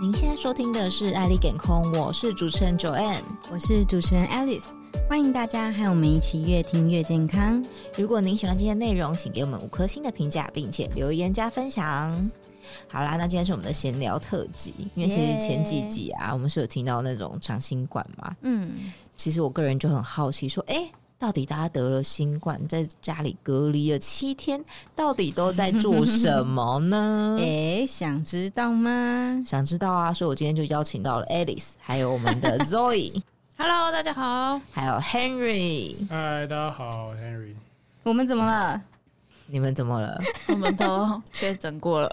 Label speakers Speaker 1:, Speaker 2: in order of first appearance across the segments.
Speaker 1: 您现在收听的是《爱丽健空》，我是主持人 Joanne。
Speaker 2: 我是主持人 Alice，欢迎大家和我们一起越听越健康。
Speaker 1: 如果您喜欢今天的内容，请给我们五颗星的评价，并且留言加分享。好啦，那今天是我们的闲聊特辑，因为其实前几集啊我们是有听到那种长新冠嘛，
Speaker 2: 嗯，
Speaker 1: 其实我个人就很好奇，说，哎、到底大家得了新冠，在家里隔离了七天，到底都在做什么呢？
Speaker 2: 诶，想知道吗？
Speaker 1: 想知道啊，所以我今天就邀请到了 Alice，还有我们的 Zoe，
Speaker 3: Hello，大家好。
Speaker 1: 还有 Henry，
Speaker 4: 嗨，大家好我，Henry。
Speaker 2: 我们怎么了？
Speaker 1: 你们怎么了？
Speaker 3: 我们 都确诊过了，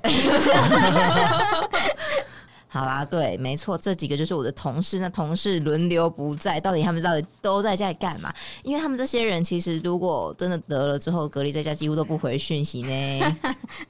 Speaker 1: 好啦，对，没错，这几个就是我的同事。那同事轮流不在，到底他们到底都在家里干嘛？因为他们这些人其实如果真的得了之后隔离在家，几乎都不回讯息 呢。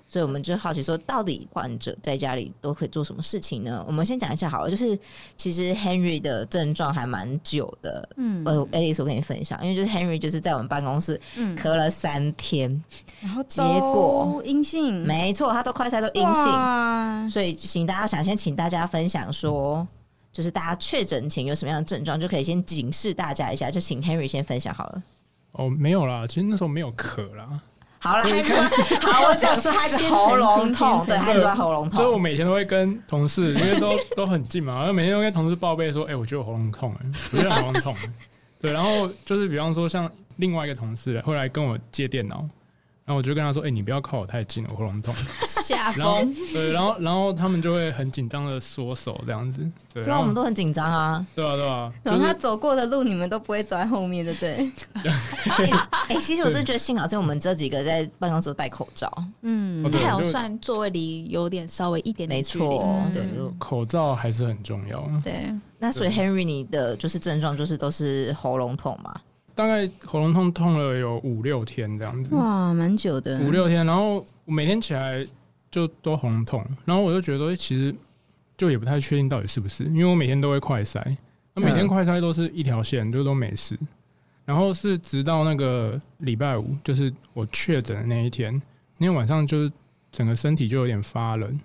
Speaker 1: 所以我们就好奇说，到底患者在家里都可以做什么事情呢？我们先讲一下好了，就是其实 Henry 的症状还蛮久的。
Speaker 2: 嗯
Speaker 1: 呃，Alice，我跟你分享，因为就是 Henry 就是在我们办公室
Speaker 2: 嗯，
Speaker 1: 咳了三天，
Speaker 2: 然后
Speaker 1: 结果
Speaker 2: 都阴性，
Speaker 1: 没错，他都快筛都阴性，
Speaker 2: 性，
Speaker 1: 所以请大家想先请大家分享说，就是大家确诊前有什么样的症状，就可以先警示大家一下。就请 Henry 先分享好了。
Speaker 4: 哦，没有啦，其实那时候没有咳啦，
Speaker 1: 好了，孩子，好，我讲说孩子喉咙
Speaker 2: 先澄
Speaker 1: 痛，
Speaker 2: 清
Speaker 1: 对，
Speaker 2: 先澄清
Speaker 1: 孩子说喉咙
Speaker 4: 所以我
Speaker 1: 痛。
Speaker 4: 每天都会跟同事， 因为都都很近嘛，然后每天都跟同事报备说，哎、我觉得我喉咙痛、哎，我觉得喉咙痛、哎 对，然后就是比方说像另外一个同事后来跟我借电脑，然后我就跟他说，哎、你不要靠我太近，我喉 咙痛。
Speaker 3: 下
Speaker 4: 然后
Speaker 3: 风。
Speaker 4: 对，然后然后他们就会很紧张的缩手这样子，对，
Speaker 1: 虽
Speaker 4: 然
Speaker 1: 然我
Speaker 4: 后
Speaker 1: 们都很紧张啊，
Speaker 4: 对啊对啊，
Speaker 2: 然
Speaker 4: 就
Speaker 2: 后
Speaker 4: 是
Speaker 2: 他走过的路，你们都不会走在后面，对不对？
Speaker 1: 哎、其实我真的觉得幸好，在我们这几个在办公室都戴口罩，
Speaker 2: 嗯
Speaker 4: 哦对
Speaker 3: 还
Speaker 4: 我
Speaker 3: 有
Speaker 4: 就
Speaker 3: 算座位离有点稍微一点
Speaker 1: 没
Speaker 3: 点距离，
Speaker 1: 错，
Speaker 3: 对
Speaker 1: 对。
Speaker 4: 对就口罩还是很重要。
Speaker 3: 对，
Speaker 1: 那所以 Henry 你的就是症状就是都是喉咙痛嘛，
Speaker 4: 大概喉咙痛痛了有五六天这样子，
Speaker 2: 哇，蛮久的，
Speaker 4: 五六天，然后我每天起来就都喉咙痛，然后我就觉得其实就也不太确定到底是不是，因为我每天都会快筛，那每天
Speaker 1: 嗯
Speaker 4: 快筛都是一条线，就都没事。然后是直到那个礼拜五，就是我确诊的那一天，那天晚上就是整个身体就有点发冷，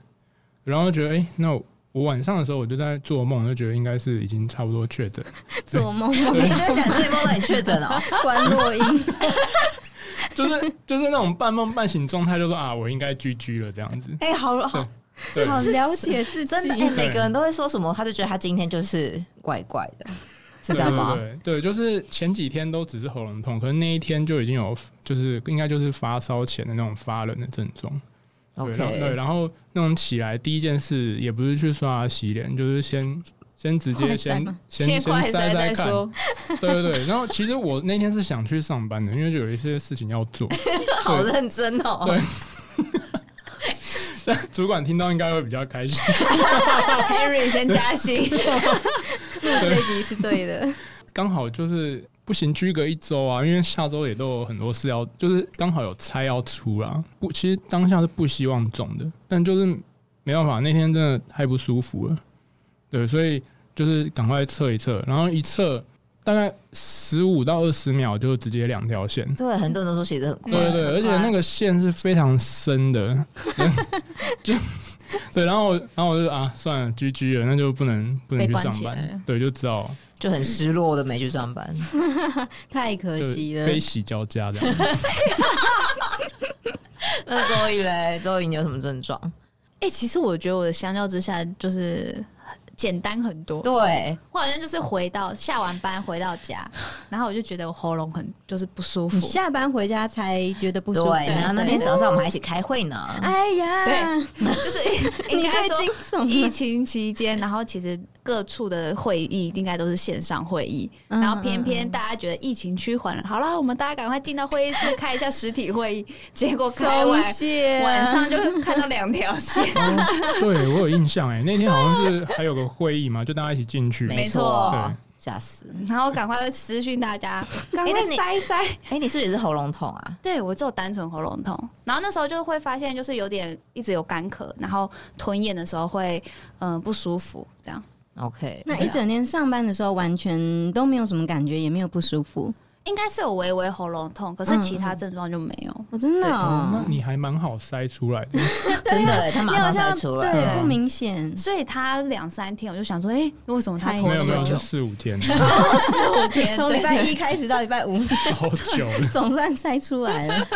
Speaker 4: 然后觉得哎、诶那我我晚上的时候我就在做梦，就觉得应该是已经差不多确诊，
Speaker 2: 做梦
Speaker 1: 你在讲这一梦到你确诊 哦，
Speaker 2: 关落音，
Speaker 4: 就是就是那种半梦半醒状态，就说啊我应该 GG 了这样子。
Speaker 1: 哎、好好好，
Speaker 4: 对
Speaker 2: 好了解自己，
Speaker 1: 真的哎、每个人都会说什么，他就觉得他今天就是怪怪的，是这样吗？
Speaker 4: 对对对对，就是前几天都只是喉咙痛，可是那一天就已经有，就是应该就是发烧前的那种发冷的症状。对
Speaker 1: OK，
Speaker 4: 然后对，然后那种起来第一件事也不是去刷牙洗脸，就是先先直接
Speaker 2: 快
Speaker 4: 先
Speaker 2: 塞吗
Speaker 4: 先
Speaker 3: 快
Speaker 4: 塞
Speaker 3: 筛再
Speaker 4: 看，
Speaker 3: 说。
Speaker 4: 对对对。然后其实我那天是想去上班的，因为就有一些事情要做。
Speaker 1: 好认真哦。
Speaker 4: 对但主管听到应该会比较开心。
Speaker 3: Henry 先加薪，
Speaker 2: 这一集是对的，
Speaker 4: 刚好就是不行，居隔一周啊，因为下周也都有很多事要，就是刚好有差要出啦。不，其实当下是不希望中的，但就是没办法，那天真的太不舒服了，对，所以就是赶快测一测，然后一测大概十五到二十秒就直接两条线。
Speaker 1: 对，很多人都说写的很快。
Speaker 4: 对对对，
Speaker 3: 很
Speaker 4: 而且
Speaker 3: 快
Speaker 4: 那个线是非常 深的，就对，然后我然后我就啊，算了，GG 了，那就不能不能
Speaker 3: 被
Speaker 4: 去
Speaker 3: 关
Speaker 4: 上
Speaker 3: 起来
Speaker 4: 班
Speaker 3: 了，
Speaker 4: 对，就只好
Speaker 1: 就很失落，我都没去上班。
Speaker 2: 太可
Speaker 4: 就
Speaker 2: 惜了。
Speaker 4: 悲喜交加这样。
Speaker 1: 那周以嘞，周以你有什么症状？
Speaker 3: 哎，其实我觉得我的相较之下就是简单很多。
Speaker 1: 对，
Speaker 3: 我好像就是回到下完班回到 家，然后我就觉得我喉咙很就是不舒
Speaker 2: 你
Speaker 3: 服，
Speaker 2: 下班回家才觉得不舒服，
Speaker 1: 对。然后那天早上我们还一起开会呢。
Speaker 2: 哎呀，
Speaker 3: 对就是应
Speaker 2: 你
Speaker 3: 该
Speaker 2: 太
Speaker 3: 说
Speaker 2: 惊悚
Speaker 3: 疫
Speaker 2: 了。
Speaker 3: 情期间，然后其实各处的会议应该都是线上会议，
Speaker 2: 嗯
Speaker 3: 然后偏偏大家觉得疫情趋缓了，好啦，我们大家赶快进到会议室开一下实体会议， 结果开完
Speaker 2: 松懈
Speaker 3: 晚上就看到两条 线，
Speaker 4: 哦对我有印象哎，那天
Speaker 2: 啊
Speaker 4: 好像是还有个会议嘛，就大家一起进去。
Speaker 3: 没
Speaker 1: 错
Speaker 4: 对，
Speaker 1: 吓死！
Speaker 3: 然后赶快私讯大家，赶
Speaker 1: 那
Speaker 3: 快
Speaker 1: 你
Speaker 3: 塞一塞。
Speaker 1: 哎，你是不是也是喉咙痛啊？
Speaker 3: 对我只有单纯喉咙痛，然后那时候就会发现就是有点一直有干咳，然后吞咽的时候会嗯、呃不舒服这样。
Speaker 1: OK，啊
Speaker 2: 那一整天上班的时候，完全都没有什么感觉，也没有不舒服。
Speaker 3: 应该是有微微喉咙痛，可是其他症状就没有。
Speaker 2: 我真的
Speaker 4: 哦那
Speaker 2: 哦
Speaker 4: 你还蛮好筛出来的，
Speaker 1: 真的欸，他嗯马
Speaker 3: 你好
Speaker 1: 上
Speaker 3: 像
Speaker 1: 筛出来。
Speaker 4: 对
Speaker 2: 不明显，
Speaker 3: 所以他两三天，我就想说，哎、为什么他
Speaker 2: 太
Speaker 3: 拖
Speaker 4: 没
Speaker 3: 这
Speaker 4: 有没
Speaker 3: 么
Speaker 4: 有
Speaker 3: 久
Speaker 4: 是？四 五天，
Speaker 3: 四五天，
Speaker 2: 从
Speaker 3: 对
Speaker 2: 礼拜一开始到礼拜五，
Speaker 4: 好久了。
Speaker 2: 总算筛出来 了。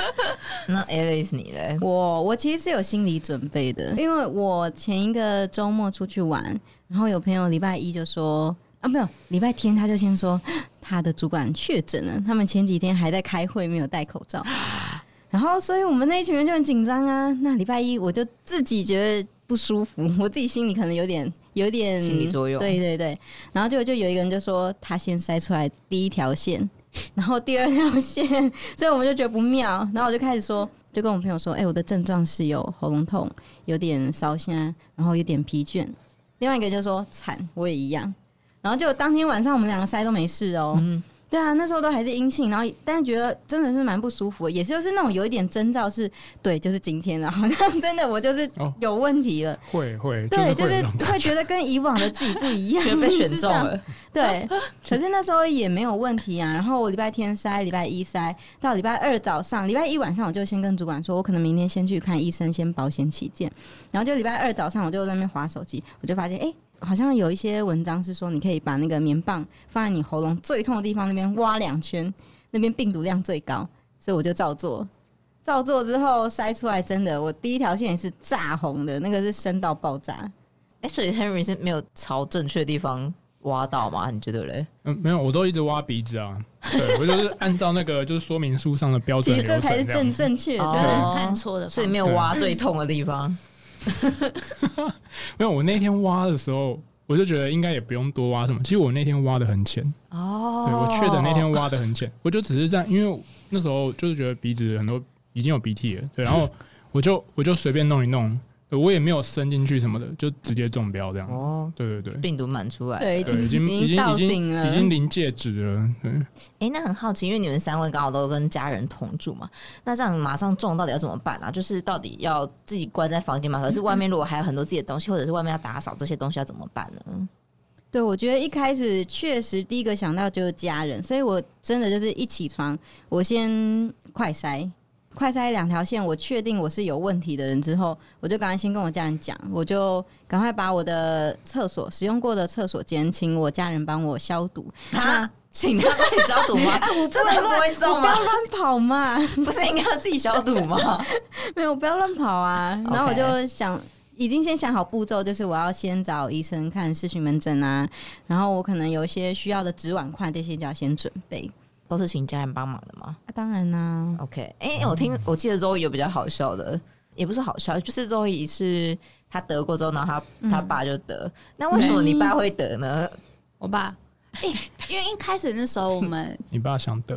Speaker 1: 那 Alice 你嘞？
Speaker 2: 我我其实是有心理准备的，因为我前一个周末出去玩，然后有朋友礼拜一就说啊，没有，礼拜天他就先说他的主管确诊了，他们前几天还在开会，没有戴口罩， 然后所以我们那一群人就很紧张啊。那礼拜一我就自己觉得不舒服， 我自己心里可能有点有点
Speaker 1: 心理作用
Speaker 2: 对对对。然后就就有一个人就说他先筛出来第一条线， 然后第二条线， 所以我们就觉得不妙。然后我就开始说，就跟我朋友说，哎、我的症状是有喉咙痛，有点烧心啊，然后有点疲倦。另外一个就说惨，我也一样。然后就当天晚上我们两个塞都没事哦、
Speaker 1: 嗯
Speaker 2: 对啊，那时候都还是阴性，然后但是觉得真的是蛮不舒服的，也就是那种有一点征兆是，对，就是今天了，好像真的我就是
Speaker 4: 哦
Speaker 2: 有问 题了，
Speaker 4: 会会，
Speaker 2: 对，
Speaker 4: 就
Speaker 2: 就是
Speaker 4: 会
Speaker 2: 是
Speaker 4: 有那种
Speaker 2: 会觉得跟以往的自己不一 样，
Speaker 1: 觉得被选中
Speaker 2: 你知道
Speaker 1: 了，
Speaker 2: 对，可是那时候也没有问题啊。然后我礼拜天塞，礼拜一塞，到礼拜二早上，礼拜一晚上我就先跟主管说，我可能明天先去看医生，先保险起见。然后就礼拜二早上，我就在那边划手机，我就发现，哎、好像有一些文章是说，你可以把那个棉棒放在你喉咙最痛的地方那边挖两圈，那边病毒量最高，所以我就照做。照做之后筛出来，真的，我第一条线也是炸红的，那个是深到爆炸。
Speaker 1: 哎、所以 Henry 是没有朝正确的地方挖到吗？你觉得嘞？
Speaker 4: 嗯，没有，我都一直挖鼻子啊。对，我就是按照那个就是说明书上的标
Speaker 2: 其
Speaker 4: 准
Speaker 2: 实
Speaker 4: 流
Speaker 2: 这
Speaker 4: 程
Speaker 2: 才是
Speaker 4: 样
Speaker 2: 正
Speaker 4: 子。
Speaker 2: 正确的。
Speaker 1: 哦
Speaker 3: 就是看错的方法，
Speaker 1: 所以没有挖最痛的地方。
Speaker 4: 没有，我那天挖的时候，我就觉得应该也不用多挖什么。其实我那天挖的很浅，
Speaker 1: 哦
Speaker 4: 对我确诊那天挖的很浅，我就只是这样，因为那时候就是觉得鼻子很多已经有鼻涕了，对，然后我就我就随便弄一弄，对我也没有伸进去什么的，就直接中标这样。
Speaker 1: 哦，
Speaker 4: 对对对。
Speaker 1: 病毒满出来。
Speaker 2: 对，已经
Speaker 4: 对，已经已经
Speaker 2: 到
Speaker 4: 已
Speaker 2: 顶
Speaker 4: 经
Speaker 2: 了，
Speaker 4: 已经临界值了，对，
Speaker 1: 哎、那很好奇，因为你们三位刚好都跟家人同住嘛，那这样马上中到底要怎么办啊？就是到底要自己关在房间吗？可是外面如果还有很多自己的东西，或者是外面要打扫这些东西要怎么办呢？
Speaker 2: 对，我觉得一开始确实第一个想到就是家人，所以我真的就是一起床，我先快筛，快筛两条线，我确定我是有问题的人之后，我就赶快先跟我家人讲，我就赶快把我的厕所使用过的厕所间，请我家人帮我消毒。
Speaker 1: 啊，请他帮你消毒 吗？真的啊不会
Speaker 2: 我
Speaker 1: 中
Speaker 2: 不要
Speaker 1: 吗？
Speaker 2: 乱跑嘛，
Speaker 1: 不是应该要自己消毒吗？
Speaker 2: 没有，我不要乱跑啊。然后我
Speaker 1: OK
Speaker 2: 就想，已经先想好步骤，就是我要先找医生看视讯门诊啊，然后我可能有一些需要的纸碗筷这些就要先准备。
Speaker 1: 都是请家人帮忙的吗？
Speaker 2: 啊、当然啦、
Speaker 1: OK，哎、我听我记得周易有比较好笑的，也不是好笑，就是周易是他得过之后，然后他他爸就得，那为什么你爸会得呢？
Speaker 3: 我爸。因因为一开始那时候我们
Speaker 4: 你爸想得，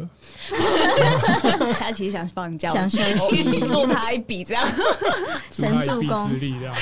Speaker 3: 佳琪想放假，
Speaker 2: 想休 息
Speaker 3: 我助他一笔这样。
Speaker 4: 助他
Speaker 2: 神助
Speaker 4: 一臂
Speaker 2: 攻
Speaker 4: 之力这样。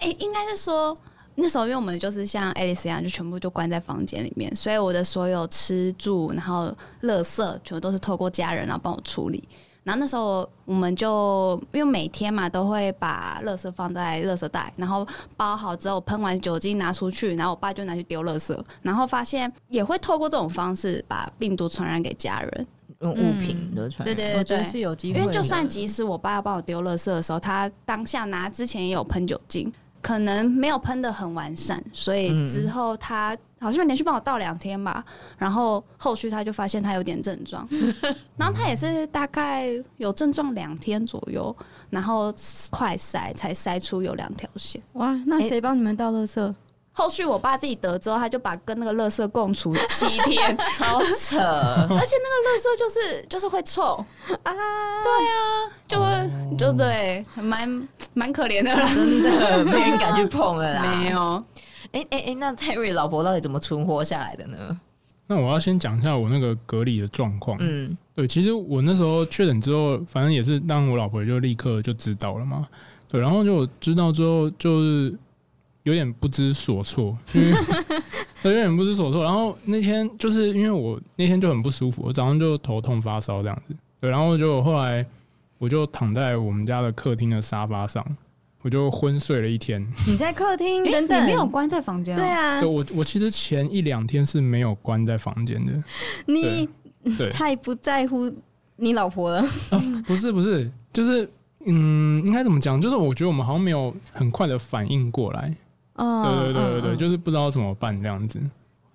Speaker 3: 哎、应该是说那时候，因为我们就是像爱丽丝一样，就全部就关在房间里面，所以我的所有吃住，然后垃圾，全部都是透过家人然后帮我处理。然后那时候我们就因为每天嘛都会把垃圾放在垃圾袋，然后包好之后喷完酒精拿出去，然后我爸就拿去丢垃圾，然后发现也会透过这种方式把病毒传染给家人。
Speaker 1: 用物品的传染、
Speaker 3: 对对
Speaker 2: 我
Speaker 3: 对
Speaker 2: 觉得
Speaker 3: 对，
Speaker 2: 是有机会的，
Speaker 3: 因为就算即使我爸要帮我丢垃圾的时候，他当下拿之前也有喷酒精，可能没有喷的很完善，所以之后他好像连续帮我倒两天吧，然后后续他就发现他有点症状，然后他也是大概有症状两天左右，然后快筛才筛出有两条线。
Speaker 2: 哇，那谁帮你们倒垃圾？
Speaker 3: 后续我爸自己得之后，他就把跟那个垃圾共处七天，
Speaker 1: 超扯！
Speaker 3: 而且那个垃圾就是就是会臭啊，对啊，就会、就对，蛮蛮可怜的啦。
Speaker 1: 真啊的没人敢去碰了 啦。
Speaker 3: 没，有，
Speaker 1: 哎哎哎，那 Terry 老婆到底怎么存活下来的呢？
Speaker 4: 那我要先讲一下我那个隔离的状况。
Speaker 1: 嗯，
Speaker 4: 对，其实我那时候确诊之后，反正也是让我老婆就立刻就知道了嘛。对，然后就我知道之后，就是有点不知所措，因为对有点不知所措。然后那天就是因为我那天就很不舒服，我早上就头痛发烧这样子。对，然后就后来我就躺在我们家的客厅的沙发上，我就昏睡了一天。
Speaker 2: 你在客厅
Speaker 3: 诶
Speaker 2: 等等，
Speaker 3: 你没有关在房间、哦
Speaker 2: 对，啊
Speaker 4: 对，我我其实前一两天是没有关在房间的，
Speaker 2: 你
Speaker 4: 对，
Speaker 2: 太不在乎你老婆了。
Speaker 4: 不是不是，就是嗯，应该怎么讲？就是我觉得我们好像没有很快的反应过来，
Speaker 2: 哦，
Speaker 4: 对对对对对，
Speaker 2: 嗯
Speaker 4: 就是不知道怎么办这样子。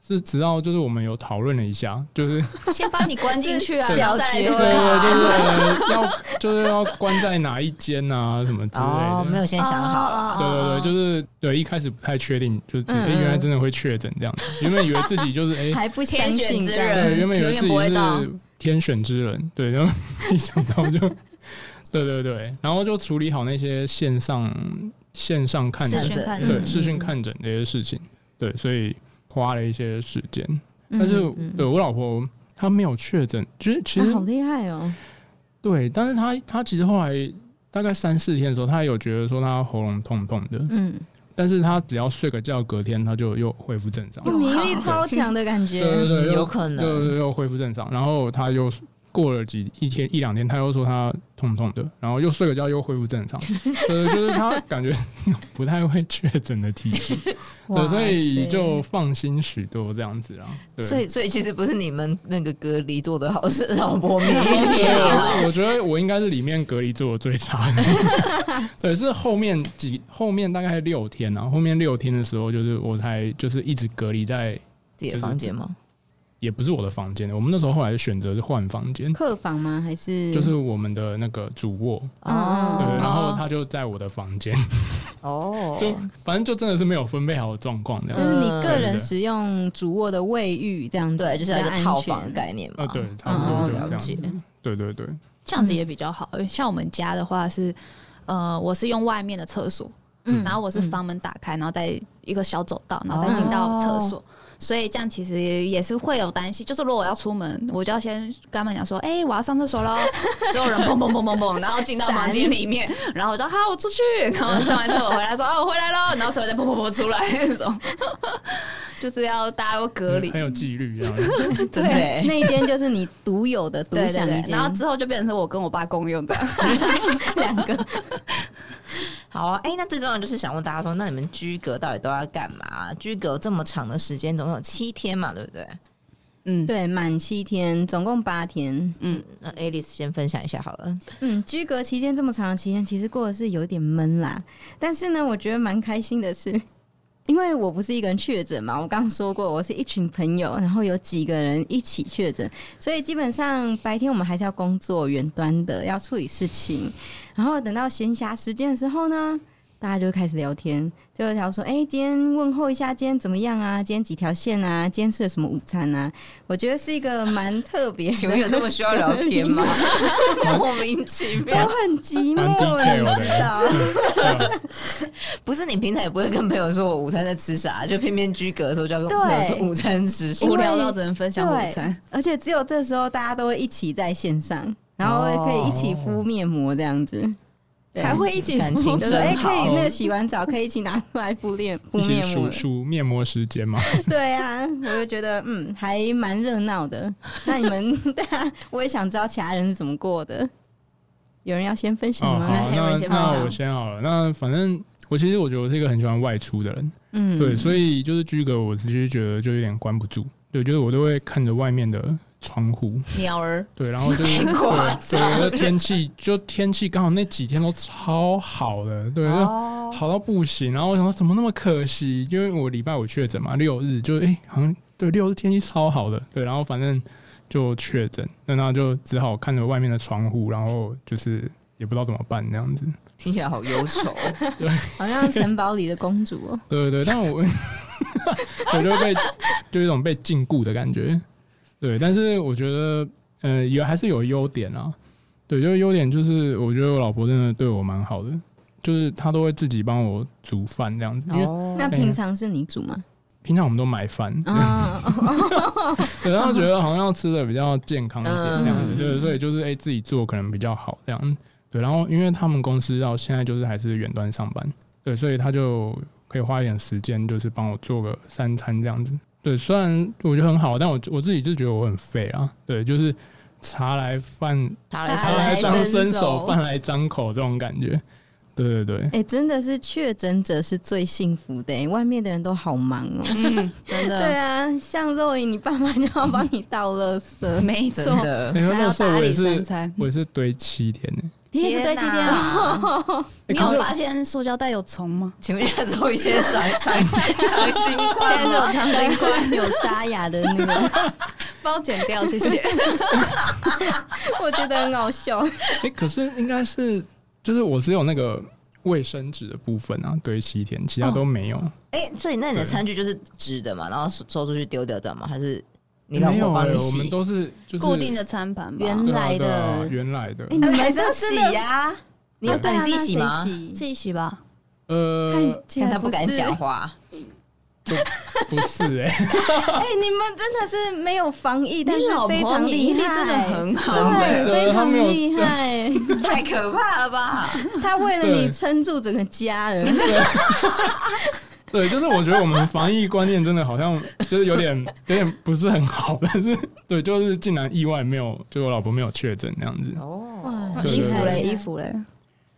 Speaker 4: 是直到就是我们有讨论了一下，就是
Speaker 3: 先把你关进 去啊，
Speaker 4: 对
Speaker 3: 然后再来
Speaker 2: 了解
Speaker 3: 思
Speaker 4: 对
Speaker 3: 考
Speaker 4: 对，
Speaker 3: 啊。
Speaker 4: 就是呃要就是要关在哪一间啊，什么之类
Speaker 1: 哦，没
Speaker 4: 的。
Speaker 1: 有先想好了，
Speaker 3: 哦
Speaker 4: 对对对，就是是对一开始不太确定，就是自己、
Speaker 2: 嗯、
Speaker 4: 诶原来真的会确诊这样子，原本以为自己就是哎
Speaker 2: 还不相
Speaker 3: 天选
Speaker 2: 信
Speaker 3: 之
Speaker 2: 这样
Speaker 3: 人
Speaker 4: 对，原本以为
Speaker 3: 永远
Speaker 4: 自己
Speaker 3: 嗯不会到
Speaker 4: 是天选之人，对，然后一想到就，对对对，然后就处理好那些线上线上看
Speaker 3: 视
Speaker 4: 诊
Speaker 1: 看，
Speaker 3: 讯
Speaker 1: 着
Speaker 3: 看
Speaker 4: 对
Speaker 3: 诊嗯
Speaker 4: 视讯看诊这些事情，对，所以花了一些时间，但是、
Speaker 2: 嗯嗯
Speaker 4: 对我老婆她没有确诊，其实其实、
Speaker 2: 啊好厉害哦，
Speaker 4: 对，但是她她其实后来大概三四天的时候，她也有觉得说她喉咙痛痛的，
Speaker 2: 嗯，
Speaker 4: 但是她只要睡个觉，隔天她就又恢复正常了。
Speaker 2: 免疫力哦超强的感
Speaker 4: 对
Speaker 2: 觉。
Speaker 4: 对对，又
Speaker 1: 有可能
Speaker 4: 对对对又恢复正常。然后他又过了几一天一两天，他又说他痛痛的，然后又睡个觉又恢 复正常。对，就是他感觉 不太会确诊的 体质，
Speaker 2: 哇
Speaker 4: 对，所以
Speaker 2: 塞
Speaker 4: 就放心许多这样子啦。啊对，
Speaker 1: 所以所以其实不是你们那个隔离做的好，是老婆没
Speaker 4: 对
Speaker 1: 有。
Speaker 4: 我我觉得我应该是里面隔离做的最 差的，对，是后面几后面大概六天啊，后面六天的时候，就是我才就是一直隔离在，
Speaker 1: 自己的房间吗？
Speaker 4: 也不是我的房间，我们那时候后来选择是换房间，
Speaker 2: 客房吗？还是
Speaker 4: 就是我们的那个主卧，
Speaker 2: 嗯
Speaker 4: 对，
Speaker 2: 哦
Speaker 4: 然后他就在我的房间，
Speaker 1: 哦，
Speaker 4: 就反正就真的是没有分配好的状况这
Speaker 2: 就
Speaker 4: 样。
Speaker 2: 是嗯你个
Speaker 4: 对对
Speaker 2: 人
Speaker 4: 呃对
Speaker 2: 使用主卧的卫浴这样子，
Speaker 1: 对，就是要一个
Speaker 2: 比较安
Speaker 1: 套
Speaker 2: 全
Speaker 1: 房的概念嘛。
Speaker 4: 啊，对，差不
Speaker 2: 哦
Speaker 4: 多就是这
Speaker 1: 了
Speaker 4: 样
Speaker 1: 解
Speaker 4: 子。。对对对，
Speaker 3: 这样子也
Speaker 2: 嗯
Speaker 3: 比较好。因为像我们家的话是，呃，我是用外面的厕所，
Speaker 2: 嗯
Speaker 3: 然后我是房门打开，然后再一个小走道，然后再进到厕
Speaker 2: 哦
Speaker 3: 所。所以这样其实也是会有担心，就是如果我要出门，我就要先跟他们讲说，哎、我要上厕所喽， 所有人砰砰砰砰砰，然后进到房间里面，然后我就好，我出去， 然后上完厕所回来说，哦，我回来喽，然后所有人再砰砰砰出来 那种，就是要大家都隔离
Speaker 2: 嗯
Speaker 4: 很，有纪律这样子。
Speaker 1: 真的欸
Speaker 2: 那一间就是你独有的独
Speaker 3: 对对
Speaker 2: 享一
Speaker 3: 对，
Speaker 2: 间，
Speaker 3: 然后之后就变成是我跟我爸共用的，
Speaker 2: 两个，
Speaker 1: 好啊，哎、那最重要就是想问大家说，那你们居隔到底都要干嘛？居隔这么长的时间，总共有七天嘛，对不对？
Speaker 3: 嗯，
Speaker 2: 对，满七天，总共八天。
Speaker 3: 嗯，
Speaker 1: 那 Alice 先分享一下好了。
Speaker 2: 嗯，居隔期间这么长的期间，其实过得是有点闷啦。但是呢，我觉得蛮开心的是，因为我不是一个人确诊嘛，我刚说过，我是一群朋友，然后有几个人一起确诊，所以基本上白天我们还是要工作，远端的要处理事情，然后等到闲暇时间的时候呢。大家就开始聊天，就聊说：“哎、今天问候一下，今天怎么样啊？今天几条线啊？今天吃了什么午餐啊？”我觉得是一个蛮特别的
Speaker 1: 请问有这么需要聊天吗？ 莫名其
Speaker 2: 都
Speaker 1: 妙，
Speaker 2: 很寂
Speaker 4: 蛮
Speaker 2: 寞，
Speaker 4: detail 的
Speaker 2: 你知道？
Speaker 1: 不是你平常也不会跟朋友说我午餐在吃啥，就偏偏居隔的时候就要跟朋友说
Speaker 2: 对
Speaker 1: 午餐吃什
Speaker 2: 因
Speaker 3: 无
Speaker 1: 么
Speaker 2: 为。
Speaker 3: 聊到只能分享午餐。
Speaker 2: 而且只有这时候大家都会一起在线上，然后可以一起敷面膜这样子，对
Speaker 3: 还会一起
Speaker 1: 感情
Speaker 2: 就
Speaker 1: 真
Speaker 2: 说哎、
Speaker 1: 好
Speaker 2: 可以那个洗完澡可以一起拿出来敷面敷
Speaker 4: 一起
Speaker 2: 面膜
Speaker 4: 数，数面膜时间嘛，
Speaker 2: 对啊，我就觉得嗯还蛮热闹的。那你们 对啊，我也想知道其他人是怎么过的。有人要先分享
Speaker 4: 哦，
Speaker 2: 吗？
Speaker 4: 好，那
Speaker 3: Henry 先
Speaker 4: 那
Speaker 3: 分享
Speaker 4: 我先好了。那反正我其实我觉得我是一个很喜欢外出的人，
Speaker 2: 嗯，
Speaker 4: 对，所以就是居格，我其实觉得就有点关不住，对，就是我都会看着外面的窗户，
Speaker 3: 鸟儿，
Speaker 4: 对，然后就是
Speaker 1: 太夸
Speaker 4: 对，对就天气就天气刚好那几天都超好的，对，就
Speaker 1: 哦，
Speaker 4: 好到不行。然后我想说怎么那么可惜，因为我礼拜五确诊嘛，六日就哎、诶好像对六日天气超好的，对，然后反正就确诊，那那就只好看着外面的窗户，然后就是也不知道怎么办那样子。
Speaker 1: 听起来好忧愁。
Speaker 2: 好像城堡里的公主哦、
Speaker 4: 对对对，但我我就被就有一种被禁锢的感觉。对，但是我觉得，呃，也还是有优点啊。对，就是优点就是，我觉得我老婆真的对我蛮好的，就是她都会自己帮我煮饭这样子，因为
Speaker 1: 哦
Speaker 2: 那平常是你煮 吗？
Speaker 4: 平常我们都买饭，
Speaker 2: 啊、
Speaker 4: 对，然后觉得好像要吃的比较健康一点这样
Speaker 1: 嗯
Speaker 4: 子，对，所以就是哎、自己做可能比较好这样。对，然后因为他们公司到现在就是还是远端上班，对，所以他就可以花一点时间，就是帮我做个三餐这样子。对，虽然我觉得很好，但我我自己就觉得我很废啊。对，就是茶来饭，
Speaker 1: 他
Speaker 4: 茶
Speaker 1: 来
Speaker 2: 茶
Speaker 4: 来
Speaker 2: 来
Speaker 1: 上
Speaker 4: 张
Speaker 2: 伸
Speaker 4: 伸手，
Speaker 2: 手
Speaker 4: 饭来张口这种感觉。对对对，
Speaker 2: 哎、真的是确诊者是最幸福的、欸，外面的人都好忙哦、
Speaker 3: 嗯，
Speaker 2: 对
Speaker 3: 真的，，
Speaker 2: 啊，像肉莹，你爸妈就要帮你倒垃圾
Speaker 3: 没错
Speaker 1: 真，的。
Speaker 4: 那
Speaker 3: 还要
Speaker 4: 那时候
Speaker 3: 打
Speaker 4: 我也
Speaker 3: 理三
Speaker 4: 是，
Speaker 3: 餐。
Speaker 4: 我也是堆七天欸呢、
Speaker 3: 你也是堆积
Speaker 1: 天
Speaker 3: 电
Speaker 1: 哪
Speaker 3: 啊？
Speaker 4: 欸
Speaker 3: 你
Speaker 4: 可是
Speaker 3: 有发现塑胶袋有虫吗？
Speaker 1: 请问一下，周一些长长长新冠，
Speaker 3: 现在是有长新冠，
Speaker 2: 有沙哑的那个，
Speaker 3: 帮我剪掉，谢谢。
Speaker 2: 我觉得很好笑。
Speaker 4: 哎、可是应该是就是我只有那个卫生纸的部分啊，堆七天，其他都没有。
Speaker 1: 哎、所以那你的餐具就是纸的嘛，然后收出去丢掉的嘛，还是你老
Speaker 4: 没有
Speaker 1: 婆帮
Speaker 4: 欸
Speaker 1: 你
Speaker 4: 我们
Speaker 1: 洗？
Speaker 4: 都是就是
Speaker 3: 固定的餐盘吧，
Speaker 2: 原
Speaker 4: 对啊
Speaker 2: 来
Speaker 4: 对啊
Speaker 2: 的
Speaker 4: 原来的
Speaker 2: 哎、。你
Speaker 1: 哎
Speaker 2: 们
Speaker 1: 还是
Speaker 2: 这
Speaker 1: 要
Speaker 2: 真
Speaker 1: 洗
Speaker 2: 的，
Speaker 1: 呀、你有
Speaker 2: 对啊
Speaker 1: 你自己洗吗
Speaker 2: 那？谁洗
Speaker 3: 自己洗吧。
Speaker 4: 呃，
Speaker 2: 起来
Speaker 1: 看他不敢
Speaker 2: 是
Speaker 1: 讲话，
Speaker 4: 不是哎、
Speaker 2: 哎、你们真的是没有防疫，但是
Speaker 3: 你老
Speaker 2: 非
Speaker 3: 婆
Speaker 2: 常
Speaker 3: 免
Speaker 2: 厉
Speaker 3: 疫力
Speaker 2: 害，
Speaker 3: 真的很好。
Speaker 4: 真的
Speaker 2: 对，非
Speaker 4: 他
Speaker 2: 常
Speaker 4: 没有
Speaker 2: 厉害。
Speaker 1: 太可怕了吧！
Speaker 2: 他为了你
Speaker 4: 对
Speaker 2: 撑住整个家人，
Speaker 4: 对，就是我觉得我们防疫观念真的好像 就是有点有点不是很好， 但是对，就是竟然意外没有，就我老婆没有确诊那样子。
Speaker 1: 哦，
Speaker 4: 对
Speaker 3: 衣服
Speaker 4: 对
Speaker 3: 嘞，
Speaker 2: 对
Speaker 3: 衣服嘞，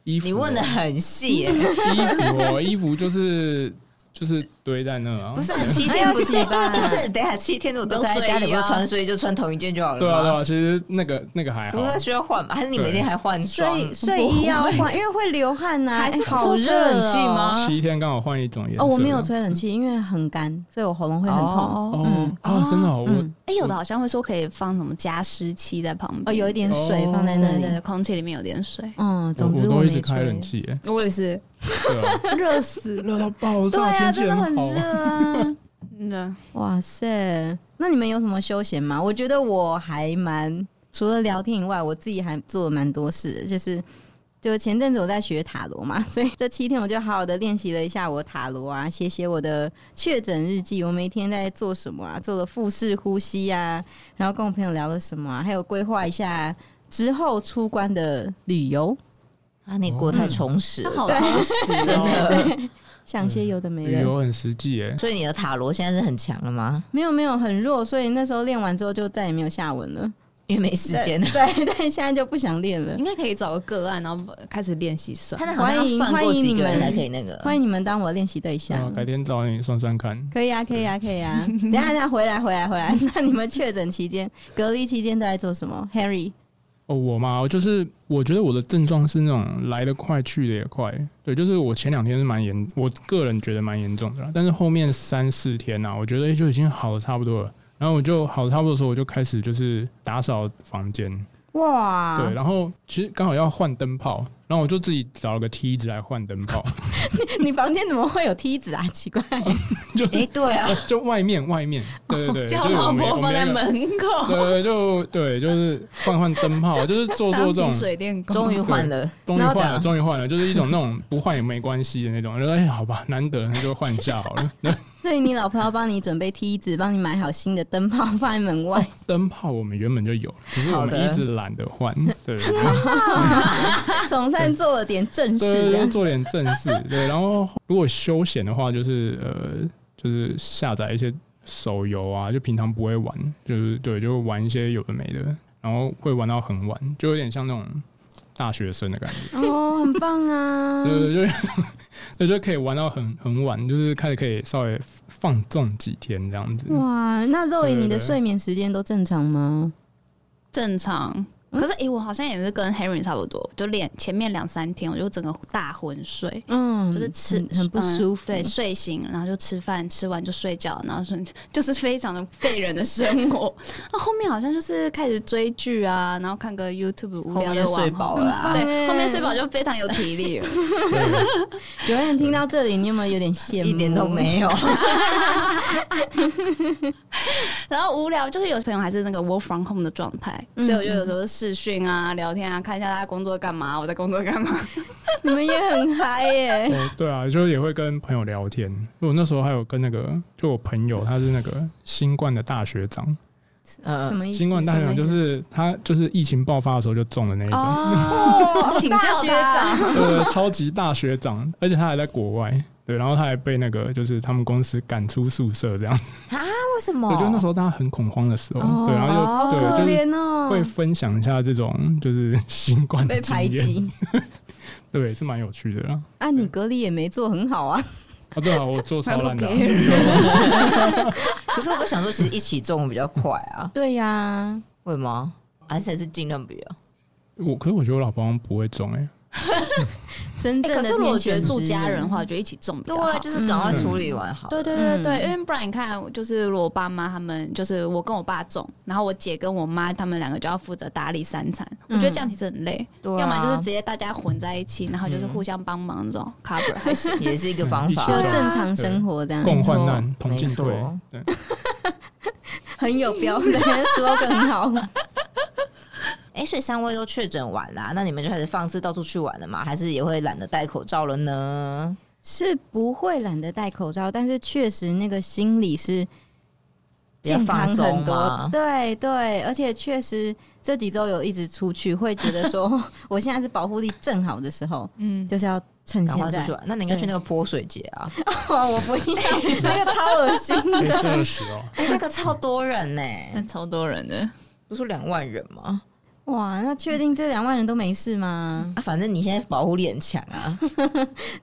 Speaker 4: 衣服哦，
Speaker 1: 你问的很细耶、
Speaker 4: 衣服哦，衣服就是就是堆在那啊。
Speaker 1: 不是啊七天不
Speaker 2: 还要洗吧
Speaker 1: 不是，等一下七天我都待在家里，不
Speaker 3: 都睡衣啊
Speaker 1: 是穿睡衣就穿同一件就好了
Speaker 4: 对啊，对
Speaker 1: 吗？
Speaker 4: 啊，其实那个那个还好
Speaker 1: 不，是需要换吗？还是你每天还换
Speaker 2: 所
Speaker 1: 装？
Speaker 2: 以 睡衣要换， 因为会流汗呐、
Speaker 3: 还是
Speaker 2: 哎
Speaker 3: 不
Speaker 2: 好
Speaker 1: 吹
Speaker 2: 热哦
Speaker 1: 冷气吗
Speaker 4: 七天刚好换一种颜色。
Speaker 2: 哦，我没有吹冷气，因为很干，所以我喉咙会很痛。
Speaker 1: 哦
Speaker 4: 哦
Speaker 2: 嗯
Speaker 4: 哦，真的哦，我
Speaker 2: 嗯，
Speaker 3: 哎，有的好像会说可以放什么加湿器在旁边，
Speaker 2: 哦，有一点水放在
Speaker 3: 对
Speaker 2: 那
Speaker 3: 对
Speaker 2: 里。
Speaker 4: 哦
Speaker 3: 对，空气里面有点水。
Speaker 2: 嗯，
Speaker 4: 我
Speaker 2: 总之
Speaker 4: 都一直
Speaker 2: 没
Speaker 4: 开冷
Speaker 2: 吹。
Speaker 4: 气耶，
Speaker 3: 我也是，
Speaker 4: 对啊，
Speaker 3: 热死，
Speaker 4: 热到 爆
Speaker 2: 对
Speaker 4: 炸，
Speaker 2: 啊，
Speaker 4: 天气
Speaker 2: 真的很
Speaker 4: 好
Speaker 2: 热
Speaker 4: 啊。
Speaker 2: 啊！
Speaker 3: 真的。
Speaker 2: 哇塞，那你们有什么休闲吗？我觉得我还蛮除了聊天以外，我自己还做了蛮多事的，就是。就前阵子我在学塔罗嘛， 所以这七天我就好好的练习了一下我塔罗啊，写写我的确诊日记，我每天在做什么啊，做了腹式呼吸啊，然后跟我朋友聊了什么啊，还有规划一下之后出关的旅游，
Speaker 1: 啊，你过太充实
Speaker 3: 它
Speaker 1: 了，
Speaker 3: 好充实哦，
Speaker 1: 真 的。
Speaker 2: 想些有的没
Speaker 4: 嗯旅
Speaker 2: 的。
Speaker 4: 游很实际耶，
Speaker 1: 所以你的塔罗现在是很强了吗？
Speaker 2: 没有没有很弱，所以那时候练完之后就再也没有下文了。
Speaker 1: 因为没时间了。
Speaker 2: 对，但现在就不想练了
Speaker 3: 应。该可以找个个案，然后开始练习算
Speaker 1: 他。那好像要算过几个人才可以那个。
Speaker 2: 欢迎你们当我的练习对
Speaker 4: 对啊
Speaker 2: 象。
Speaker 4: 改天找你算算看。
Speaker 2: 可以啊，可以啊，可以啊！等一下，等一下，回来，回来，回来。那你们确诊期间、隔离期间都在做什么？Harry，
Speaker 4: 哦，我嘛，我就是我觉得我的症状是那种来得快去得也快，对，就是我前两天是蛮严，我个人觉得蛮严重的啦，但是后面三四天呐、啊，我觉得就已经好的差不多了。然后我就好得差不多的时候，我就开始就是打扫房间，
Speaker 2: 哇，
Speaker 4: 对，然后其实刚好要换灯泡，然后我就自己找了个梯子来换灯泡，
Speaker 2: 你房间怎么会有梯子啊？ 奇怪，
Speaker 1: 哎，对啊，
Speaker 4: 就外面外 面，对对对，就是我们我们那个，
Speaker 3: 口，
Speaker 4: 对对，就对，就是换换灯 泡，就是做做
Speaker 3: 当
Speaker 4: 这
Speaker 3: 起
Speaker 4: 种
Speaker 3: 水电工，
Speaker 1: 终于换了。
Speaker 4: 终于
Speaker 1: 然后
Speaker 4: 换
Speaker 1: 怎
Speaker 4: 了，
Speaker 1: 样
Speaker 4: 终于换了，就是一种那种不换也没关系的那种。就说哎、好吧，难得那就换一下好了。
Speaker 2: 所以你老婆要帮你准备梯子，帮你买好新的灯泡放在门 外。
Speaker 4: 灯泡我们原本就有，只是我
Speaker 1: 好的
Speaker 4: 们一直懒得换。对对
Speaker 2: 总算做了点正
Speaker 4: 对，
Speaker 2: 事，这
Speaker 4: 对
Speaker 2: 样
Speaker 4: 做点正事。对，然后如果休闲的话，就是呃，就是下载一些手游啊，就平常不会玩，就是对，就玩一些有的没的，然后会玩到很晚，就有点像那种大学生的感觉。
Speaker 2: 哦，很棒啊！
Speaker 4: 对对，就 对，就可以玩到很很晚，就是开始可以稍微放纵几天这样子。
Speaker 2: 哇，那肉莹，
Speaker 4: 对
Speaker 2: 你的
Speaker 4: 对
Speaker 2: 睡眠时间都正常吗？
Speaker 3: 正常。可是，诶、我好像也是跟 Henry 差不多，就连前面两三天，我就整个大昏睡，
Speaker 2: 嗯，
Speaker 3: 就是吃
Speaker 2: 很很不
Speaker 3: 嗯
Speaker 2: 舒服。
Speaker 3: 对，睡醒然后就吃饭，吃完就睡觉，然后是就是非常的废人的生活。那后面好像就是开始追剧啊，然后看个 YouTube 无聊
Speaker 1: 后面
Speaker 3: 的
Speaker 1: 就
Speaker 3: 网
Speaker 1: 睡饱
Speaker 3: 红
Speaker 1: 了
Speaker 3: 啊
Speaker 1: 啊
Speaker 3: 对，后面睡饱就非常有体力了。
Speaker 4: 对
Speaker 2: 有人听到这里，你有没有有点羡 慕？
Speaker 1: 一点都。没有。
Speaker 3: 然后无聊，就是有些朋友还是那个 work from home 的状态，
Speaker 2: 嗯
Speaker 3: 所以我就有时候视讯啊、聊天啊，看一下大家工作干嘛，我在工作干嘛。
Speaker 2: 你们也很嗨耶！
Speaker 4: 哦，对啊，就也会跟朋友聊天。我那时候还有跟那个，就我朋友他是那个新冠的大学长，
Speaker 2: 什
Speaker 1: 嗯，
Speaker 2: 么意思？
Speaker 4: 新冠大学长就是他就是疫情爆发的时候就中的那一种，
Speaker 3: 哦， 请教
Speaker 2: 大学
Speaker 3: 他
Speaker 2: 长，
Speaker 4: 呃，超级大学长， 而且他还在国外。对，然后他还被那个就是他们公司赶出宿舍这样，
Speaker 1: 为什
Speaker 4: 我
Speaker 1: 么？
Speaker 4: 觉得那时候大家很恐慌的时候，
Speaker 2: 哦
Speaker 4: 对，然
Speaker 3: 哦
Speaker 4: 后就对，
Speaker 2: 可
Speaker 4: 就是
Speaker 2: 怜哦，
Speaker 4: 会分享一下这种就是新冠的
Speaker 2: 被排
Speaker 4: 经验
Speaker 2: 挤。
Speaker 4: 对对，是蛮有趣的啦。
Speaker 2: 啊，你隔离也没做很好啊，
Speaker 4: 啊，对啊，我做超烂的啊、
Speaker 3: 那不给
Speaker 1: 可是我想说，其实一起中比较快啊，
Speaker 2: 对呀、
Speaker 1: 会吗？还是还是尽量不要。
Speaker 4: 我可是我觉得我老婆好像不会中哎、
Speaker 2: 真
Speaker 3: 欸
Speaker 2: 正
Speaker 3: 可
Speaker 2: 的、
Speaker 3: 是如果觉得住家人的，话，我觉得一起种比较好。
Speaker 1: 对，啊就是
Speaker 4: 嗯
Speaker 1: 赶快处理完好。
Speaker 3: 啊对对对对，因为不然你看，就是如果我爸妈他们，就是我跟我爸种，然后我姐跟我妈他们两个就要负责打理三餐，我觉得这样其实很累。
Speaker 1: 对啊
Speaker 3: 要么就是直接大家混在一起，然后就是互相帮忙这种 cover 还行。
Speaker 1: 也是一个方法
Speaker 4: 嗯一
Speaker 2: 就
Speaker 4: 起。
Speaker 2: 正常生活这样，
Speaker 4: 共患难，同
Speaker 1: 没
Speaker 4: 进退
Speaker 1: 错。
Speaker 4: 对，
Speaker 2: 很有标准 slogan 很好。
Speaker 1: 哎、所以三位都确诊完啦，那你们就开始放肆到处去玩了吗？还是也会懒得戴口罩了呢？
Speaker 2: 是不会懒得戴口罩，但是确实那个心理是
Speaker 1: 比较
Speaker 2: 健
Speaker 1: 放
Speaker 2: 康
Speaker 1: 松
Speaker 2: 很多
Speaker 1: 嘛。
Speaker 2: 对对，而且确实这几周有一直出去，会觉得 说我现在是保护力正好的时候，
Speaker 3: 嗯，
Speaker 2: 就是要趁
Speaker 1: 赶快
Speaker 2: 现
Speaker 1: 出
Speaker 2: 在
Speaker 1: 去。玩，那你应该去那个泼水节啊！
Speaker 2: 哇，我不要， 那个超恶心。
Speaker 4: 黑色二十哦，
Speaker 1: 哎、那个超多人呢、
Speaker 3: 那超多人的，
Speaker 1: 不是两万人吗？
Speaker 2: 哇，那确定这两万人都没事吗？
Speaker 1: 啊，反正你现在保护力很强啊，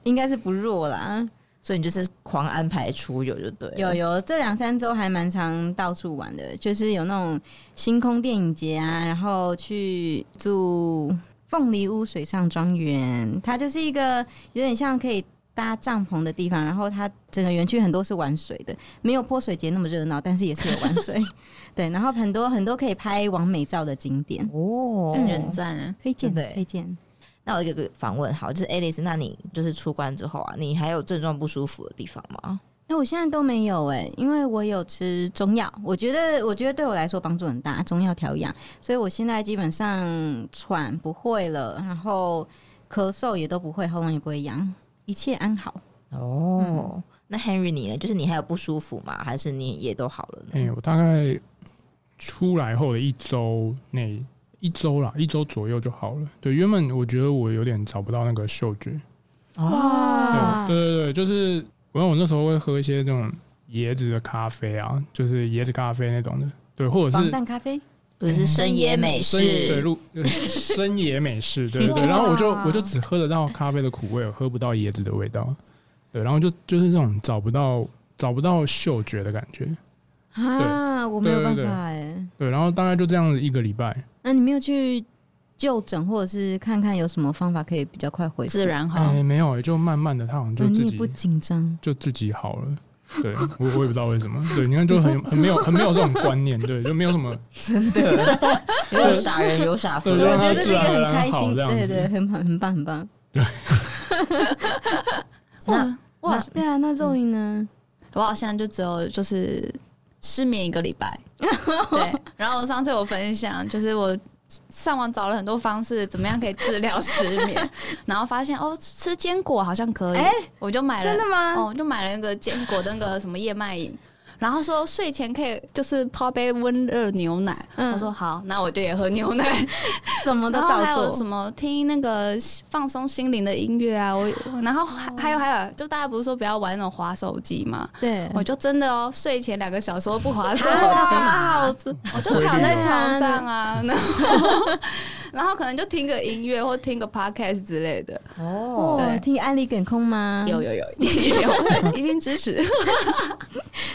Speaker 2: 应该是不弱啦。
Speaker 1: 所以你就是狂安排出游就对了。啊
Speaker 2: 有有，这两三周还蛮常到处玩的，就是有那种星空电影节啊，然后去住凤梨屋水上庄园，它就是一个有点像可以搭帐篷的地方，然后它整个园区很多是玩水的，没有泼水节那么热闹，但是也是有玩水。对，然后很多很多可以拍完美照的景点，
Speaker 1: 哦，
Speaker 3: 人赞啊！
Speaker 2: 推荐
Speaker 1: 真的耶
Speaker 2: 推荐。
Speaker 1: 那我有一个访问，好，就是 Alice，那你就是出关之后啊，你还有症状不舒服的地方吗？
Speaker 2: 那我现在都没有哎、因为我有吃中药，我觉得我觉得对我来说帮助很大，中药调养，所以我现在基本上喘不会了，然后咳嗽也都不会，喉咙也不会痒，一切安好。
Speaker 1: 哦，那 Henry 你呢？就是你还有不舒服吗？还是你也都好了呢？
Speaker 4: 哎、我大概出来后的一周内，一周啦，一周左右就好了。对，原本我觉得我有点找不到那个嗅觉，
Speaker 1: 哦，
Speaker 2: 啊
Speaker 4: 对对对，就是我我那时候会喝一些那种椰子的咖啡啊，就是椰子咖啡那种的，对，或者
Speaker 2: 防
Speaker 4: 是
Speaker 2: 弹咖啡，
Speaker 1: 不是深夜美
Speaker 4: 生对
Speaker 1: 式，
Speaker 4: 路呃生野美式，对对对。
Speaker 2: 哇
Speaker 4: 然后我就我就只喝得到咖啡的苦味，我喝不到椰子的味道，对，然后就就是这种找不到找不到嗅觉的感觉，
Speaker 2: 啊，我没有办法哎、
Speaker 4: 对，然后大概就这样子一个礼拜，
Speaker 2: 那、你没有去就诊或者是看看有什么方法可以比较快恢复？
Speaker 3: 自然好
Speaker 4: 哎、，没有、就慢慢的，它好像
Speaker 3: 哦
Speaker 2: 啊
Speaker 4: 就自
Speaker 2: 你也
Speaker 4: 己、
Speaker 2: 不紧张，
Speaker 4: 就自己好了。对， 我我也不知道为什么。对，你看，就很很没有很没有这种观念，对，就没有什么
Speaker 1: 真的有傻人有傻福
Speaker 4: 对
Speaker 2: 我
Speaker 4: 就
Speaker 2: 觉得
Speaker 4: 让它
Speaker 2: 这是一个
Speaker 4: 自然
Speaker 2: 很
Speaker 4: 而
Speaker 2: 开
Speaker 4: 然好
Speaker 2: 心，
Speaker 4: 这样
Speaker 2: 对
Speaker 4: 子
Speaker 2: 对，很棒很棒很棒。
Speaker 1: 那
Speaker 3: 我好
Speaker 2: 对啊，那咒语呢？
Speaker 3: 我好像就只有就是失眠一个礼 拜。对，然后我上次有分享，就是我上网找了很多方式，怎么样可以治疗失 眠，然后发现哦，吃坚果好像可以，
Speaker 2: 哎
Speaker 3: 我就买了，
Speaker 2: 真的吗？
Speaker 3: 哦，我就买了那个坚果的那个什么燕麦饮。然后说睡前可以就是泡杯温热牛奶，
Speaker 2: 嗯
Speaker 3: 我说好，那我就也喝牛奶。
Speaker 2: 什 么都
Speaker 3: 然后还
Speaker 2: 照
Speaker 3: 有
Speaker 2: 做，
Speaker 3: 什么听那个放松心灵的音乐啊，我然后还还有还有，就大家不是说不要玩那种滑手机嘛，
Speaker 2: 对，
Speaker 3: 我就真的哦，睡前两个小时都不划 手机，
Speaker 2: 啊，
Speaker 3: 我就躺在床上 啊，然后然后可能就听个音乐或听个 podcast 之类的，
Speaker 1: 哦，
Speaker 2: 哦，听安利梗空吗？
Speaker 3: 有。有有，一定有，嗯 一定支持。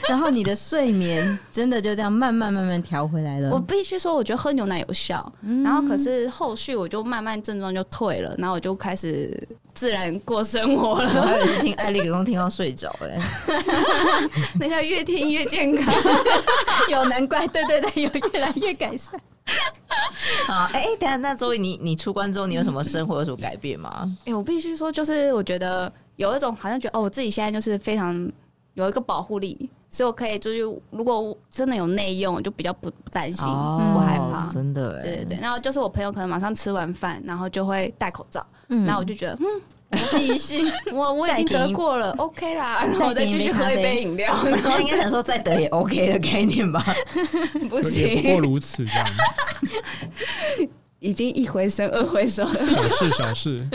Speaker 2: 然后你的睡眠 真的就这样慢慢慢慢调回来了。
Speaker 3: 我必须说，我觉得喝牛奶有效，然后可是后续我就慢慢症状就退了，然后我就开始自然过生活 了，
Speaker 1: 我 还以为是听艾丽给公听到睡着哎、
Speaker 3: 那个越听越健康。
Speaker 2: 有难怪， 对对对，有越来越改善。
Speaker 1: 好，哎、等一下，那周瑜，你你出关之后，你有什么生活有什么改变吗？
Speaker 3: 哎、我必须说，就是我觉得有一种好像觉得哦，我自己现在就是非常有一个保护力，所以我可以就是如果我真的有内用，我就比较不不担心，
Speaker 2: 哦
Speaker 3: 不害怕。
Speaker 1: 哦真的哎、
Speaker 3: 对对对，然后就是我朋友可能马上吃完饭，然后就会戴口罩，
Speaker 2: 嗯
Speaker 3: 然后我就觉得，嗯，
Speaker 2: 继续，
Speaker 3: 我我已经
Speaker 2: 再点
Speaker 3: 得
Speaker 2: 一
Speaker 3: 过了，OK 啦，然后我
Speaker 2: 再
Speaker 3: 再
Speaker 2: 点一
Speaker 3: 继续
Speaker 2: 杯
Speaker 3: 喝
Speaker 2: 咖
Speaker 3: 一
Speaker 2: 啡
Speaker 3: 杯饮料，
Speaker 1: 他应该想说再得也 OK 的概念吧？
Speaker 3: 不
Speaker 4: 就也不过
Speaker 3: 行，
Speaker 4: 如此这样，
Speaker 3: 已经一回生二回熟了。
Speaker 4: 小事小事。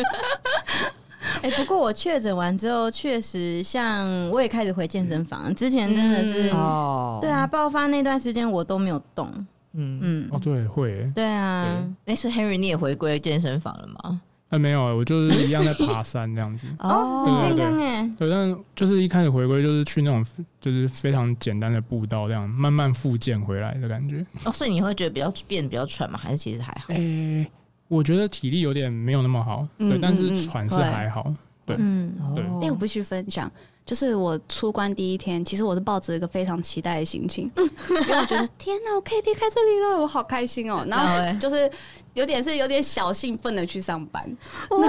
Speaker 2: 哎、不过我确诊完之后，确实像我也开始回健身房，之前真的是，
Speaker 1: 哦
Speaker 2: 对，啊，爆发那段时间我都没有动，
Speaker 1: 嗯，哎
Speaker 2: 嗯，
Speaker 4: 哦，对，会耶。
Speaker 2: 对啊，
Speaker 3: 嗯
Speaker 1: 那、是 Henry，你也回归健身房了吗？
Speaker 4: 哎、哎，没有、欸，我就是一样在爬山这样 子。
Speaker 2: 哦，很
Speaker 1: 哦，
Speaker 2: 健康哎、
Speaker 4: 对，但就是一开始回归就是去那种就是非常简单的步道，这样慢慢复健回来的感觉。
Speaker 1: 哦，所以你会觉得比较变得比较喘吗？还是其实还好？
Speaker 3: 哎
Speaker 4: 诶、我觉得体力有点没有那么好，
Speaker 3: 嗯
Speaker 4: 对，但
Speaker 3: 嗯
Speaker 4: 是
Speaker 3: 嗯
Speaker 4: 喘是
Speaker 3: 会
Speaker 4: 还好。对
Speaker 2: 嗯，
Speaker 4: 对
Speaker 1: 哦
Speaker 3: 哎、我必须分享，就是我出关第一天，其实我是抱着一个非常期待的心情，因为我觉得天哪，我可以离开这里了，我好开心哦、然
Speaker 1: 然后嘞
Speaker 3: 后 就是有点是有点小兴奋的去上班，因为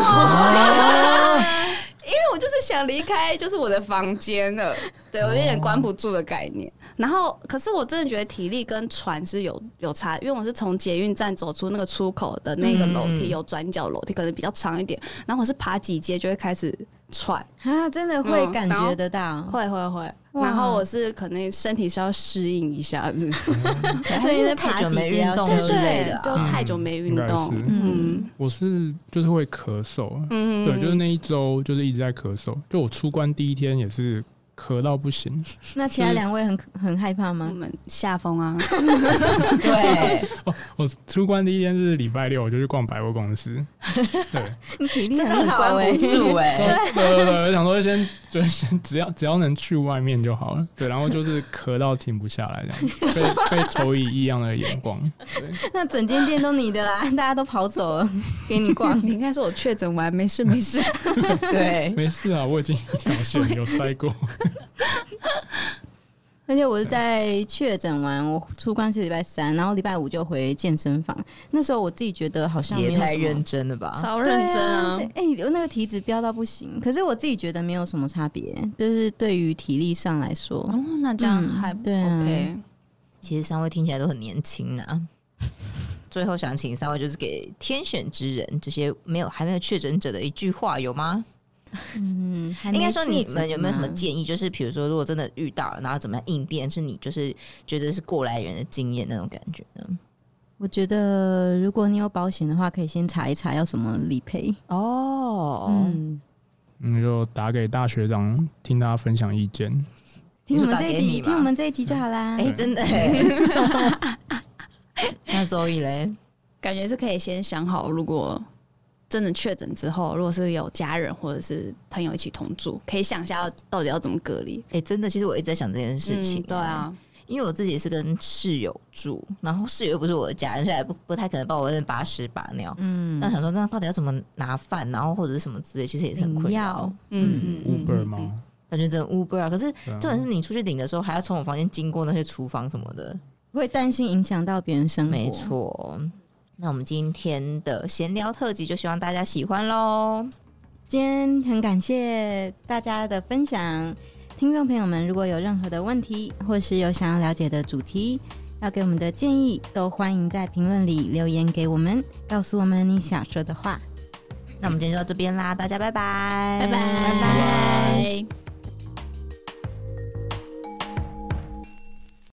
Speaker 3: 我就是想离开，就是我的房间了，对我有点关不住的概念。然后，可是我真的觉得体力跟喘是有有差，因为我是从捷运站走出那个出口的那个楼梯，
Speaker 4: 嗯
Speaker 3: 有转角楼梯，可能比较长一点，然后我是爬几阶就会开始喘。
Speaker 2: 啊，真的
Speaker 1: 嗯
Speaker 2: 会感觉得到，
Speaker 3: 会会会，
Speaker 2: 哇
Speaker 3: 然后我是可能身体是要适应一下 子，
Speaker 1: 可能还是因为太久没运动
Speaker 2: 对
Speaker 1: 之类的啊、
Speaker 3: 就太久没运
Speaker 4: 应该
Speaker 3: 动
Speaker 4: 是，
Speaker 3: 嗯
Speaker 4: 我是就是会咳嗽，啊
Speaker 3: 嗯，
Speaker 4: 对，就是那一周就是一直在咳嗽，就我出关第一天也是咳到不行，
Speaker 2: 那其他两位很很害怕
Speaker 3: 我
Speaker 1: 嗯
Speaker 2: 吗？
Speaker 3: 们下风 啊，
Speaker 1: 对，
Speaker 4: 我出关第一天是礼拜六，我就去逛百货公司。对，
Speaker 2: 你体力
Speaker 1: 真的很
Speaker 2: 好
Speaker 1: 关
Speaker 2: 哎、
Speaker 1: 不住
Speaker 3: 欸
Speaker 1: 哎、
Speaker 4: 然后对对对，我想说先就是先只要只要能去外面就好了。对，然后就是咳到停不下来，这样子被被投以异样的 眼光。对，
Speaker 2: 那整间店都你的啦， 大家都跑走了， 给你 逛。
Speaker 3: 你应该说我确诊完没事没 事，
Speaker 1: 对，
Speaker 4: 没事啊，我已经一条线有塞过。
Speaker 2: 而且我是在确诊完，我出关是礼拜三，然后礼拜五就回健身房。那时候我自己觉得好像没
Speaker 1: 也
Speaker 2: 有
Speaker 1: 太
Speaker 2: 什么
Speaker 1: 认真了吧？
Speaker 3: 超
Speaker 2: 对
Speaker 3: 认真啊
Speaker 2: 是，哎、你那个体脂飙到不行，可是我自己觉得没有什么差别，就是对于体力上来说，
Speaker 3: 哦，那这样
Speaker 2: 嗯
Speaker 3: 还
Speaker 2: 对啊
Speaker 3: OK，
Speaker 1: 其实三位听起来都很年轻 啊。最后想请三位，就是给天选之人这些没有还没有确诊者的一句话有吗？
Speaker 2: 嗯，还没
Speaker 1: 应该说你
Speaker 2: 确诊
Speaker 1: 们有没有什么
Speaker 2: 嘛
Speaker 1: 建议？就是比如说，如果真的遇到了，然后怎么样应变？是你就是觉得是过来人的经验那种感觉呢？
Speaker 2: 我觉得如果你有保险的话，可以先查一查要怎么理赔。
Speaker 1: 哦，
Speaker 2: 嗯，
Speaker 4: 嗯，就打给大学长，听他分享意见。
Speaker 2: 听我们这
Speaker 1: 你说打
Speaker 2: 一
Speaker 1: 给你
Speaker 2: 集，
Speaker 1: 吧
Speaker 2: 听我们这一集就好啦。
Speaker 1: 哎、真的、 欸。那周易嘞，
Speaker 3: 感觉是可以先想好，如果真的确诊之后，如果是有家人或者是朋友一起同住，可以想一下到底要怎么隔离
Speaker 1: 哎、真的，其实我一直在想这件事情、
Speaker 3: 嗯对，啊，
Speaker 1: 因为我自己是跟室友住，然后室友又不是我的家人，所以还不不太可能帮我在那边把屎把尿。
Speaker 2: 嗯
Speaker 1: 那想说，那到底要怎么拿饭，然后或者是什么之类，其实也是很困
Speaker 2: 领
Speaker 1: 扰
Speaker 2: 药。，
Speaker 3: 嗯嗯嗯
Speaker 4: Uber
Speaker 3: 嗯嗯
Speaker 4: 吗？
Speaker 1: 感觉真的 Uber 啊，可是
Speaker 4: 对啊
Speaker 1: 重点是你出去领的时候，还要从我房间经过那些厨房什么的。
Speaker 2: 会担心影响到别人生活。
Speaker 1: 没，错。那我们今天的闲聊特辑就希望大家喜欢喽。
Speaker 2: 今天很感谢大家的分享，听众朋友们，如果有任何的问题，或是有想要了解的主题，要给我们的建议，都欢迎在评论里留言给我们，告诉我们你想说的话。
Speaker 1: 那我们今天就到这边啦，大家拜拜，
Speaker 2: 拜拜
Speaker 1: 拜拜。